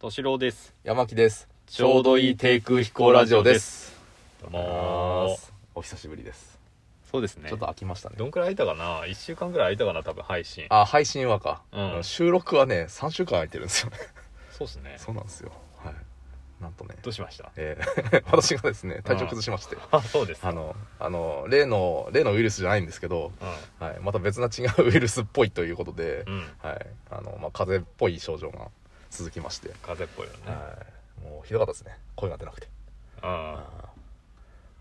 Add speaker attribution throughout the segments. Speaker 1: 敏郎です。
Speaker 2: 山木です
Speaker 1: ちょうどいい低空飛行ラジオですどう
Speaker 2: お
Speaker 1: もー
Speaker 2: 久しぶりです、
Speaker 1: そうですね。
Speaker 2: ちょっと飽きましたね
Speaker 1: どんくらい空いたかな ?1 週間くらい空いたかな多分配信。
Speaker 2: あ配信はか、
Speaker 1: うん
Speaker 2: 収録はね3週間空いてるんですよね
Speaker 1: そうですね。
Speaker 2: そうなんですよはいなんとね
Speaker 1: どうしました
Speaker 2: えー 私がですね体調崩しまして
Speaker 1: あ、そうです。
Speaker 2: あのあの例の例のウイルスじゃないんですけど、
Speaker 1: う
Speaker 2: はい、また別な違うウイルスっぽいということで、
Speaker 1: ん。うん。
Speaker 2: はいあのまあ、風邪っぽい症状が続きまして、
Speaker 1: 風邪っぽいよね。
Speaker 2: はい、もうひどかったですね声が出なくて
Speaker 1: う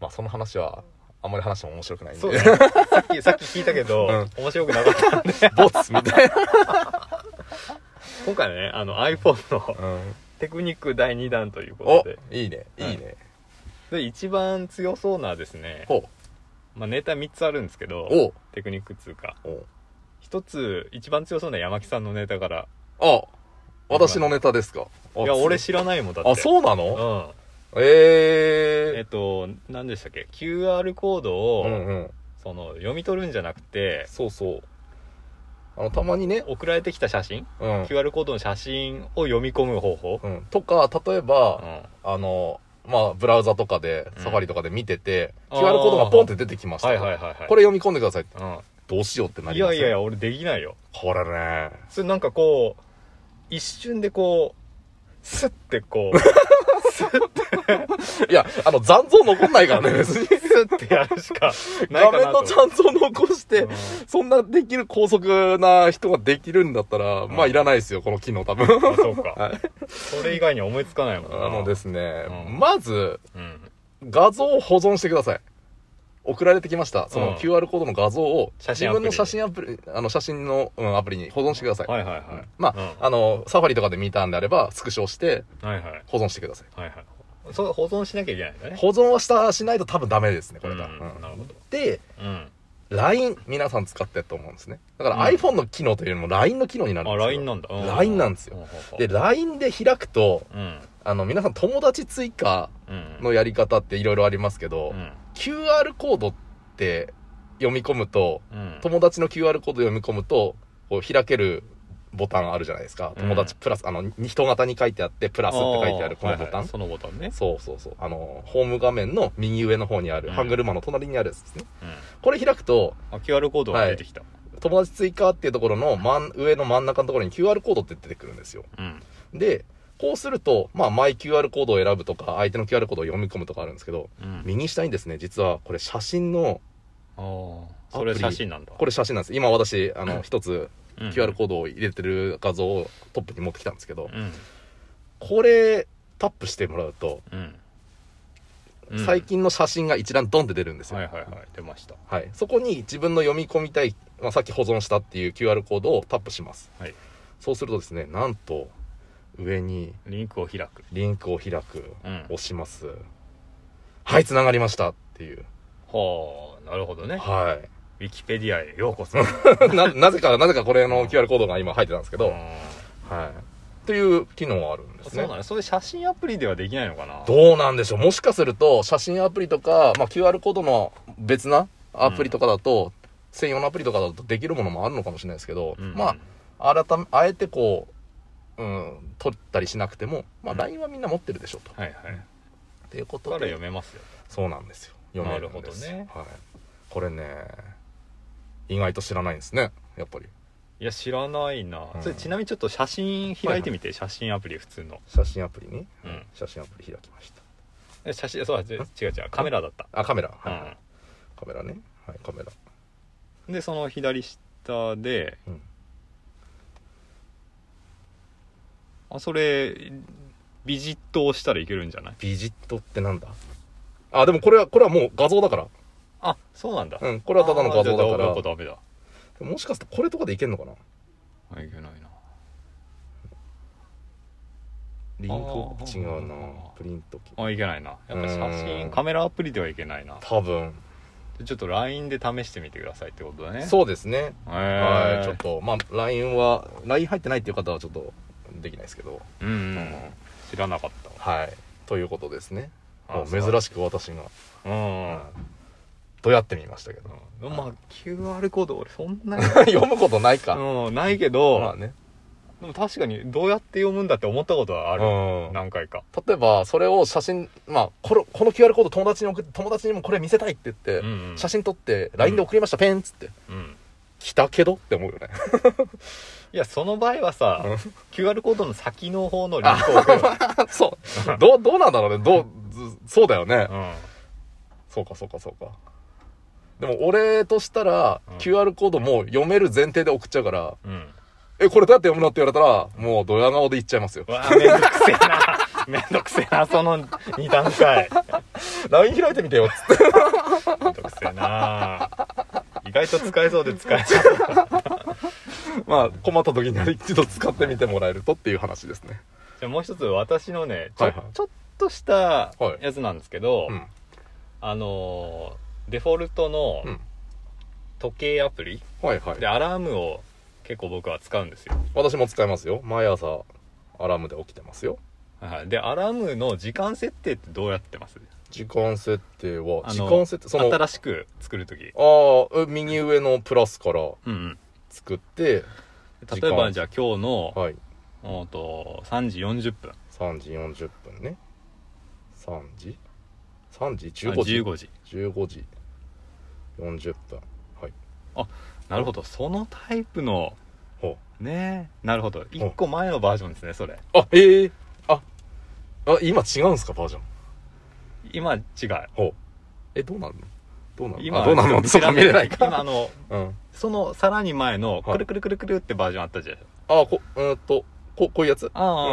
Speaker 2: まあその話はあんまり話しても面白くないん
Speaker 1: ん。
Speaker 2: で
Speaker 1: そうだね。さっ き、さっき聞いたけど、面白くなかったんで、
Speaker 2: ボツみたいな、
Speaker 1: 今回はね、あの iPhone の
Speaker 2: うん、
Speaker 1: テクニック第2弾というこ
Speaker 2: お
Speaker 1: とで、
Speaker 2: いいねいいね、
Speaker 1: で、一番強そうなですね、
Speaker 2: ほ
Speaker 1: まあネタ3つあるんですけ
Speaker 2: う
Speaker 1: ど、
Speaker 2: おう
Speaker 1: テクニック通貨。
Speaker 2: おう
Speaker 1: 一つ、一番強そうな山木さんのネタから、
Speaker 2: あ私のネタですか
Speaker 1: いや、俺知らないもんだって。
Speaker 2: あそうな
Speaker 1: う
Speaker 2: の
Speaker 1: ん。えっ
Speaker 2: ええ
Speaker 1: と、何でしたっけ ?QR コード
Speaker 2: ー、
Speaker 1: を、
Speaker 2: うんうん
Speaker 1: その、読み取るんじゃなくて、
Speaker 2: そうそうあのたまにね、
Speaker 1: 送られてきた写真、
Speaker 2: うん、
Speaker 1: QR コードの写真を読み込む方法。
Speaker 2: うん、とか例え
Speaker 1: う
Speaker 2: ば、
Speaker 1: ん。
Speaker 2: あのまあブラウザとかで、
Speaker 1: うん
Speaker 2: サファリとかで見てて
Speaker 1: あー
Speaker 2: QR コードがポンって出てきました
Speaker 1: は
Speaker 2: と、
Speaker 1: いはいはいはい。
Speaker 2: これ読み込んでくださいって
Speaker 1: う。
Speaker 2: どうしようってなん
Speaker 1: い
Speaker 2: りま
Speaker 1: や
Speaker 2: せん
Speaker 1: いやいや、俺できないよ。
Speaker 2: これね
Speaker 1: それなんかこう、一瞬でこう、スッてこ う、
Speaker 2: いやあの残像残んないからね別に
Speaker 1: スッてやるしか ない
Speaker 2: 画
Speaker 1: かな
Speaker 2: 面
Speaker 1: と。
Speaker 2: の残像残して、
Speaker 1: うん
Speaker 2: そんなできる高速な人ができるんだったら、
Speaker 1: ん
Speaker 2: まあいらないですよ、この機能 多分。
Speaker 1: あそうか。
Speaker 2: はい
Speaker 1: それ以外には思いつかないもんな。
Speaker 2: あのですね、
Speaker 1: うん
Speaker 2: まず、
Speaker 1: うん。
Speaker 2: 画像を保存してください。送られてきました。そ
Speaker 1: うん
Speaker 2: の QR コードの画像を、
Speaker 1: 写
Speaker 2: 自
Speaker 1: 真アプリ
Speaker 2: 分の写真アプリ、あの、写真の、うん、アプリに保存してください。
Speaker 1: はいはいはい。
Speaker 2: まあ、
Speaker 1: うん
Speaker 2: あの、サファリとかで見たんであれば、スクショして
Speaker 1: はいはい。
Speaker 2: 保存してください。
Speaker 1: はいはい。そう、保存しなきゃいけないんだね。
Speaker 2: 保存はした、しないと多分ダメですね、これが。
Speaker 1: うん
Speaker 2: うん
Speaker 1: なるほど。
Speaker 2: で、
Speaker 1: うん。
Speaker 2: LINE、皆さん使ってると思うんですね。だか
Speaker 1: うん
Speaker 2: ら iPhone の機能というよりも LINE の機能になるん
Speaker 1: あ、
Speaker 2: ですよ。
Speaker 1: LINE なんだ。う
Speaker 2: LINE なんですよ
Speaker 1: ほうほうほう
Speaker 2: で、LINE で開くと、
Speaker 1: うん。
Speaker 2: あの、皆さん友達追加
Speaker 1: うん。
Speaker 2: のやり方っていろいろありますけど、
Speaker 1: うん
Speaker 2: QR コードって読み込むと、
Speaker 1: うん。
Speaker 2: 友達の QR コード読み込むと、こう開けるボタンあるじゃないですか。
Speaker 1: うん
Speaker 2: 友達プラス、あの、に人型に書いてあって、プラスって書いてあるこのボ
Speaker 1: はい
Speaker 2: タ
Speaker 1: はい
Speaker 2: ン。
Speaker 1: そのボタンね。
Speaker 2: そうそうそう。あの、ホーム画面の右上の方にある、
Speaker 1: うん
Speaker 2: ハングルマンの隣にあるやつですね。
Speaker 1: うん。
Speaker 2: これ開くと、
Speaker 1: あ、QR コードが出てきた。
Speaker 2: 友達追加っていうところの真ん上の真ん中のところに QR コードって出てくるんですよ。
Speaker 1: うん。
Speaker 2: で、こうすると、まあ、マイ QR コードを選ぶとか、相手の QR コードを読み込むとかあるんですけど、
Speaker 1: うん。
Speaker 2: 右下にですね、実はこれ写真の、
Speaker 1: あーそれ写真なんだ。
Speaker 2: これ写真なんです。今私、あの、一つ
Speaker 1: うん
Speaker 2: QR コードを入れてる画像をトップに持ってきたんですけど、
Speaker 1: うん。
Speaker 2: これ、タップしてもらうと、
Speaker 1: うん。うん
Speaker 2: 最。近の写真が一覧ドンって出るんですよ。
Speaker 1: はいはいはい。出ました。
Speaker 2: はい。そこに自分の読み込みたい、まあ、さっき保存したっていう QR コードをタップします。
Speaker 1: はい。
Speaker 2: そうするとですね、なんと、上に
Speaker 1: リンクを開く。
Speaker 2: リンクを開く、
Speaker 1: うん。
Speaker 2: 押します。はい、繋がりましたっていう。
Speaker 1: はあ、なるほどね。
Speaker 2: はい。
Speaker 1: ウィキペディアへようこ そ。
Speaker 2: な、なぜか、なぜかこれの QR コードが今入ってたんですけど、
Speaker 1: うん
Speaker 2: はい。という機能はあるんです
Speaker 1: そう
Speaker 2: ね
Speaker 1: な。のそういう写真アプリではできないのかな
Speaker 2: どうなんでしょうもしかすると、写真アプリとか、まあ、QR コードの別なアプリとかだと、専用のアプリとかだとできるものもあるのかもしれないですけど、
Speaker 1: うん
Speaker 2: まあ、改め、あえてこう、うん、撮ったりしなくても、まあ、
Speaker 1: うん
Speaker 2: LINE はみんな持ってるでしょうと。
Speaker 1: はいはい。
Speaker 2: っていうこ
Speaker 1: だか
Speaker 2: と
Speaker 1: ら
Speaker 2: で、
Speaker 1: 読めますよ。
Speaker 2: そうなんですよ。読めるんです。
Speaker 1: なるほ
Speaker 2: はい。これね、意外と知らないんですね、やっぱり。
Speaker 1: いや知らないな、
Speaker 2: うん
Speaker 1: それちなみにちょっと写真開いてみて、写真アプリ普通の
Speaker 2: 写真アプリに、
Speaker 1: うん
Speaker 2: 写真アプリ開きました。
Speaker 1: え写真そうだぜ違う違うカメラだった、
Speaker 2: あ、カメラ。はいカメラね。はい、カメラ。
Speaker 1: うん、でその左下で
Speaker 2: うん。
Speaker 1: あそれビジットをしたらいけるんじゃない
Speaker 2: ビジットってなんだあ、でもこれは、これはもう画像だから。
Speaker 1: あそうなんだ、
Speaker 2: うん、これはただの画像だ
Speaker 1: あーじ
Speaker 2: か
Speaker 1: ゃあダメだ
Speaker 2: ら。もしかするとこれとかでいけんのかな
Speaker 1: あいけないな
Speaker 2: リンクを
Speaker 1: あー
Speaker 2: 違うな
Speaker 1: あー
Speaker 2: プリント機。
Speaker 1: あいけないなやっぱ写
Speaker 2: う
Speaker 1: 真
Speaker 2: ん
Speaker 1: カメラアプリではいけないな
Speaker 2: 多分。
Speaker 1: ちょっと LINE で試してみてくださいってことだねう
Speaker 2: そうですね。
Speaker 1: え
Speaker 2: はい、ち
Speaker 1: ち
Speaker 2: ょっと、まあ、LINE は、LINE 入ってないっていう方はちょっとできないですけど。
Speaker 1: うん、うん
Speaker 2: う
Speaker 1: 知らなかった
Speaker 2: はい。ということですね。
Speaker 1: わ
Speaker 2: もう珍しく私が、
Speaker 1: そううん、うん
Speaker 2: どうやってみましたけど。
Speaker 1: うんまあ QR コード俺そんなに
Speaker 2: 読むことないか。
Speaker 1: うんないけ
Speaker 2: まあ
Speaker 1: ど、
Speaker 2: ね。
Speaker 1: でも確かにどうやって読むんだって思ったことはある、
Speaker 2: うん
Speaker 1: 何回か
Speaker 2: 例えばそれを写真まあこれこの QR コード友達に送って友達にもこれ見せたいって言って、
Speaker 1: うんうん
Speaker 2: 写真撮って LINE で送りました、ペンっつって
Speaker 1: うん
Speaker 2: 来たけどって思うよ ね
Speaker 1: いやその場合はさ
Speaker 2: うん
Speaker 1: QR コードの先の方のリンクを送れば
Speaker 2: そう どうどうなんだろうねどうずそうだよね、
Speaker 1: うん
Speaker 2: そうかそうかそうかでも俺としたら、
Speaker 1: うん
Speaker 2: QR コードもう読める前提で送っちゃうから
Speaker 1: うん
Speaker 2: 「えこれどうやって読むの?」って言われたらもうドヤ顔で言っちゃいますよ
Speaker 1: うわあめんどくせえな めんどくせえなその2段階
Speaker 2: LINE 開いてみてよっつって
Speaker 1: めんどくせえな意外と使えそうで使えそう
Speaker 2: まあ困った時には一度使ってみてもらえるとっていう話ですね
Speaker 1: じゃあもう一つ私のねちょ,、
Speaker 2: はいはい
Speaker 1: ちょっとした
Speaker 2: はい
Speaker 1: やつなんですけど、
Speaker 2: うん
Speaker 1: あのーデフォルトの
Speaker 2: うん
Speaker 1: 時計アプリ
Speaker 2: はいはい
Speaker 1: でアラームを結構僕は使うんですよ、
Speaker 2: 私も使いますよ毎朝アラームで起きてますよ
Speaker 1: はい、でアラームの時間設定ってどうやってます
Speaker 2: 時間設定は
Speaker 1: あ
Speaker 2: 時
Speaker 1: の
Speaker 2: 間設定そのあ
Speaker 1: 新しく作る時
Speaker 2: あ右上のプラスから
Speaker 1: うんうん
Speaker 2: 作って時間
Speaker 1: 例えばじゃあ今日の、
Speaker 2: はい
Speaker 1: おーと3時40分
Speaker 2: 3時40分ね3時3時
Speaker 1: あ
Speaker 2: 15時
Speaker 1: 15時
Speaker 2: 15時40分はい
Speaker 1: なるほどそのタイプの
Speaker 2: ほ
Speaker 1: ねえなるほど1個前のバージョンですねそれ
Speaker 2: うあええああ今違うんすかバージョン
Speaker 1: 今違う
Speaker 2: ほうえどうなるのどうなるの
Speaker 1: 今
Speaker 2: あどうなるのそっか見れない
Speaker 1: 今
Speaker 2: か
Speaker 1: あの
Speaker 2: うん
Speaker 1: そのさらに前の
Speaker 2: は
Speaker 1: く
Speaker 2: い
Speaker 1: るくるくるくるってバージョンあったじゃん
Speaker 2: あこうーんとここういうやつ
Speaker 1: あ
Speaker 2: うん
Speaker 1: あ、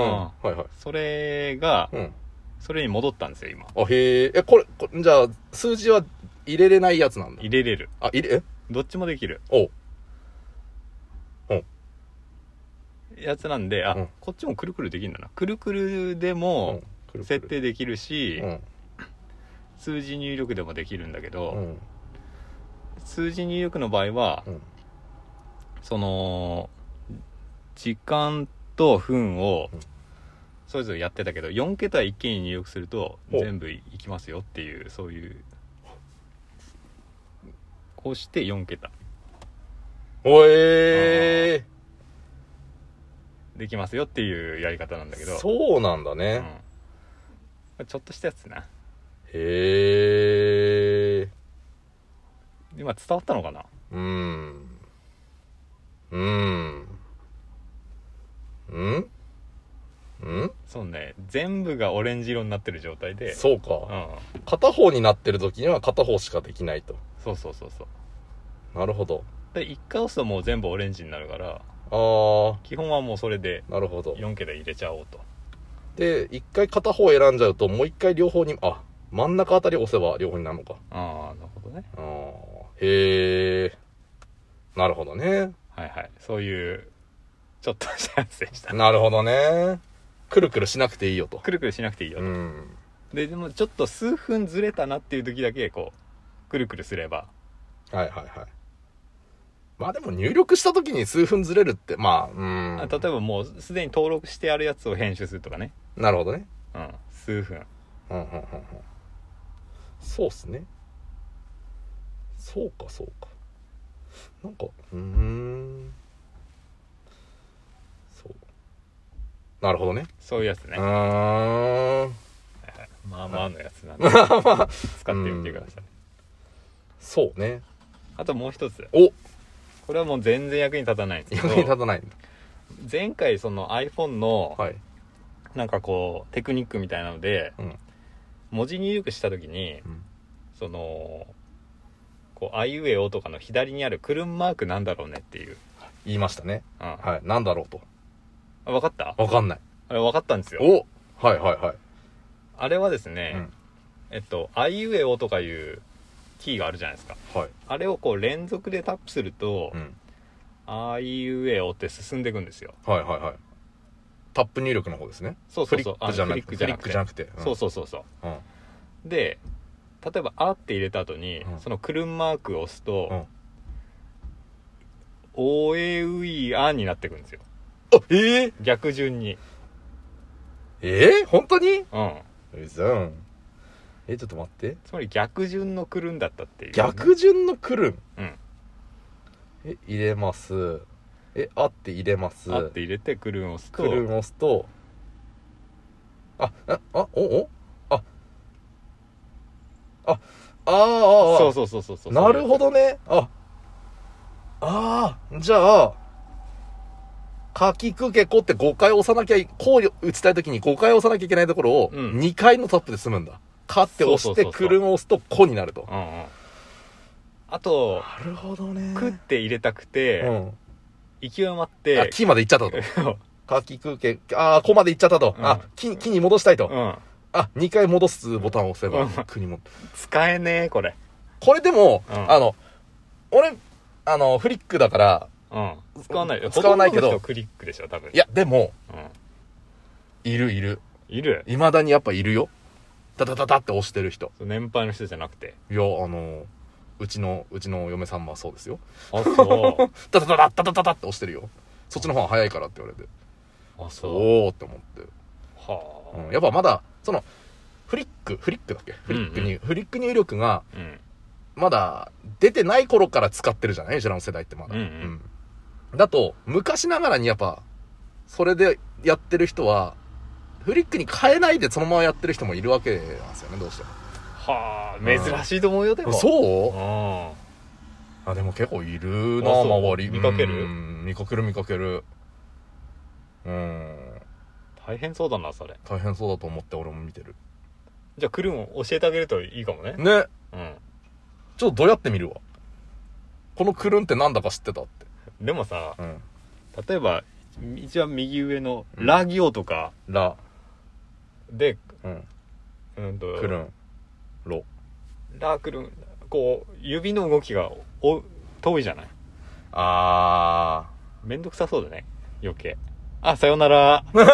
Speaker 2: はいはい
Speaker 1: それが
Speaker 2: うん
Speaker 1: それに戻ったんですよ今
Speaker 2: あ、へえ。え、これ、こじゃあ、数字は入れれないやつなんだ。
Speaker 1: 入れれる
Speaker 2: あ、入れ、え
Speaker 1: どっちもできる
Speaker 2: おう
Speaker 1: やつなんであ、
Speaker 2: うん
Speaker 1: こっちもくるくるできるんだなくるくるで
Speaker 2: うん
Speaker 1: も。
Speaker 2: くるくる
Speaker 1: 設。定できるし、
Speaker 2: うん。
Speaker 1: 数字入力でもできるんだけど、
Speaker 2: うん。
Speaker 1: 数字入力の場合は、
Speaker 2: うん。
Speaker 1: その時間と分を
Speaker 2: うん
Speaker 1: それぞれやってたけど4桁一気に入力すると
Speaker 2: ほう
Speaker 1: 全部いきますよっていうそういうこうして4桁
Speaker 2: おえ
Speaker 1: できますよっていうやり方なんだけど
Speaker 2: ー。そうなんだ
Speaker 1: う
Speaker 2: ね。
Speaker 1: んちょっとしたやつな
Speaker 2: へえ。
Speaker 1: 今伝わったのかな
Speaker 2: うん。うん。うんうん
Speaker 1: そうね全部がオレンジ色になってる状態で
Speaker 2: そう
Speaker 1: う
Speaker 2: か。
Speaker 1: ん、
Speaker 2: 片方になってる時には片方しかできないと。
Speaker 1: そうそうそうそう
Speaker 2: なるほど。
Speaker 1: で1回押すともう全部オレンジになるから
Speaker 2: あ
Speaker 1: 基本はもうそれで
Speaker 2: ー、なるほど。
Speaker 1: 4桁入れちゃおうと
Speaker 2: で一回片方選んじゃうともう一回両方にあ真ん中あたり押せば両方になるのか
Speaker 1: ああなるほどね
Speaker 2: あーへえなるほどね
Speaker 1: はいはいそういうちょっとしたやつでした
Speaker 2: なるほどねくるくるしなくていいよと
Speaker 1: くるくるしなくていいよ、
Speaker 2: うん
Speaker 1: ででもちょっと数分ずれたなっていう時だけこうくるくるすれば
Speaker 2: はいはいはいまあでも入力した時に数分ずれるってまあうん
Speaker 1: あ例えばもうすでに登録してあるやつを編集するとかね
Speaker 2: なるほどね
Speaker 1: うん数分
Speaker 2: うんうんうんうんそうっすねそうかそうかなんかうーんそうなるほどね
Speaker 1: そういうやつね
Speaker 2: う、ーん
Speaker 1: まあまあのやつなん で使ってみてください、
Speaker 2: そうね
Speaker 1: あともう一つ
Speaker 2: お
Speaker 1: これはもう全然役に立たないんです
Speaker 2: 役
Speaker 1: け
Speaker 2: に立
Speaker 1: ど
Speaker 2: たないんだ
Speaker 1: 前回その iPhone の
Speaker 2: はい
Speaker 1: なんかこうテクニックみたいなので
Speaker 2: うん
Speaker 1: 文字入力した時に
Speaker 2: うん
Speaker 1: そのこう「あいうえお」とかの左にある「くるんマークなんだろうね」っていう、
Speaker 2: 言いましたね
Speaker 1: うんあ
Speaker 2: はいなんだろうと
Speaker 1: 分かった
Speaker 2: わかんない
Speaker 1: あれ分かったんですよ
Speaker 2: おはいはいはい
Speaker 1: あれはです
Speaker 2: う
Speaker 1: ね
Speaker 2: ん、
Speaker 1: えっと「あいうえお」とかいうキーがあるじゃないですか
Speaker 2: はい
Speaker 1: あれをこう連続でタップすると
Speaker 2: うん
Speaker 1: 「あいうえお」って進んでいくんですよ
Speaker 2: はいはいはいタップ入力の方ですね
Speaker 1: そう
Speaker 2: フ
Speaker 1: そう
Speaker 2: リ
Speaker 1: そう
Speaker 2: ックじゃな
Speaker 1: あ
Speaker 2: く
Speaker 1: のフ
Speaker 2: てフ
Speaker 1: リ
Speaker 2: リ
Speaker 1: ッ
Speaker 2: ッ
Speaker 1: ク
Speaker 2: ク
Speaker 1: じ
Speaker 2: じ
Speaker 1: ゃ
Speaker 2: ゃ
Speaker 1: な
Speaker 2: な
Speaker 1: く
Speaker 2: くて
Speaker 1: てそう
Speaker 2: う
Speaker 1: そうそうそ
Speaker 2: んうん
Speaker 1: うで例えば「あ」って入れた後に、
Speaker 2: うん
Speaker 1: その「くるんマーク」を押すと「
Speaker 2: うん
Speaker 1: おえういあ」になっていくんですよ
Speaker 2: あええ
Speaker 1: 逆順に
Speaker 2: ええ本当に
Speaker 1: うん
Speaker 2: うざんえちょっと待って
Speaker 1: つまり逆順のくるんだったっていう、
Speaker 2: 逆順の来るん
Speaker 1: うん
Speaker 2: え入れますえあって入れます
Speaker 1: あって入れてクルーン押すと
Speaker 2: クルーン押すとあああおおああああああ
Speaker 1: そうそうそうそうそう
Speaker 2: なるほどねあああじゃあかきくけこって5回押さなきゃい、こう打ちたいときに5回押さなきゃいけないところを
Speaker 1: うん
Speaker 2: 2回のタップで済むんだ。かって押
Speaker 1: そうそう
Speaker 2: して、
Speaker 1: そうそう
Speaker 2: クルンを押すとこになると。
Speaker 1: うんうんあと
Speaker 2: なるほどね。
Speaker 1: 食って入れたくて、
Speaker 2: うん。
Speaker 1: 勢い余っ
Speaker 2: あ、
Speaker 1: て
Speaker 2: 木まで行っちゃっ たと。かきくけ、ああ、こまで行っちゃったと。
Speaker 1: うん
Speaker 2: あ、木、木に戻したいと。
Speaker 1: うん
Speaker 2: あ、2回戻すボタンを押せば
Speaker 1: うん、
Speaker 2: 国も。
Speaker 1: 使えねえこれ
Speaker 2: これでも、
Speaker 1: うん
Speaker 2: あの、俺、あの、フリックだから、
Speaker 1: うん使わないよ
Speaker 2: 使わないけど
Speaker 1: ほんどの人クリックでしょ多分
Speaker 2: いや、でも、
Speaker 1: うん
Speaker 2: いるいる。
Speaker 1: いる
Speaker 2: 未だにやっぱいるよ。ダダダダって押してる人。
Speaker 1: 年配の人じゃなくて
Speaker 2: いや、あの、うちの、うちの嫁さんはそうですよ。
Speaker 1: あそ
Speaker 2: ダダダダダダダダって押してるよ。そっちの方が早いからって言われて。
Speaker 1: うあそう
Speaker 2: おーって思って。
Speaker 1: は
Speaker 2: うん、やっぱまだ、その、フリック、フリックだっけフリックに、
Speaker 1: う
Speaker 2: フリック入力が、
Speaker 1: あうん
Speaker 2: まだ出てない頃から使ってるじゃないうちらの世代ってまだ、
Speaker 1: うん
Speaker 2: うんだと昔ながらにやっぱそれでやってる人はフリックに変えないでそのままやってる人もいるわけなんですよねどうして
Speaker 1: はあ珍しいと思うよで
Speaker 2: も
Speaker 1: も
Speaker 2: そううんあでも結構いるな
Speaker 1: あそう
Speaker 2: 周り
Speaker 1: 見かける
Speaker 2: うん見かける見かけるうん
Speaker 1: 大変そうだなそれ
Speaker 2: 大変そうだと思って俺も見てる
Speaker 1: じゃあクルーンを教えてあげるといいかもね
Speaker 2: ね
Speaker 1: うん
Speaker 2: ちょっとどうやって見るわこのクルンってなんだか知ってたって、
Speaker 1: でもさ
Speaker 2: うん、
Speaker 1: 例えば一番右上のラ行とか
Speaker 2: ラ、
Speaker 1: で
Speaker 2: うん、
Speaker 1: うんと
Speaker 2: クルンロ
Speaker 1: ラクルンこう指の動きがお遠いじゃない
Speaker 2: あー
Speaker 1: めんどくさそうだね余計あさよなら
Speaker 2: や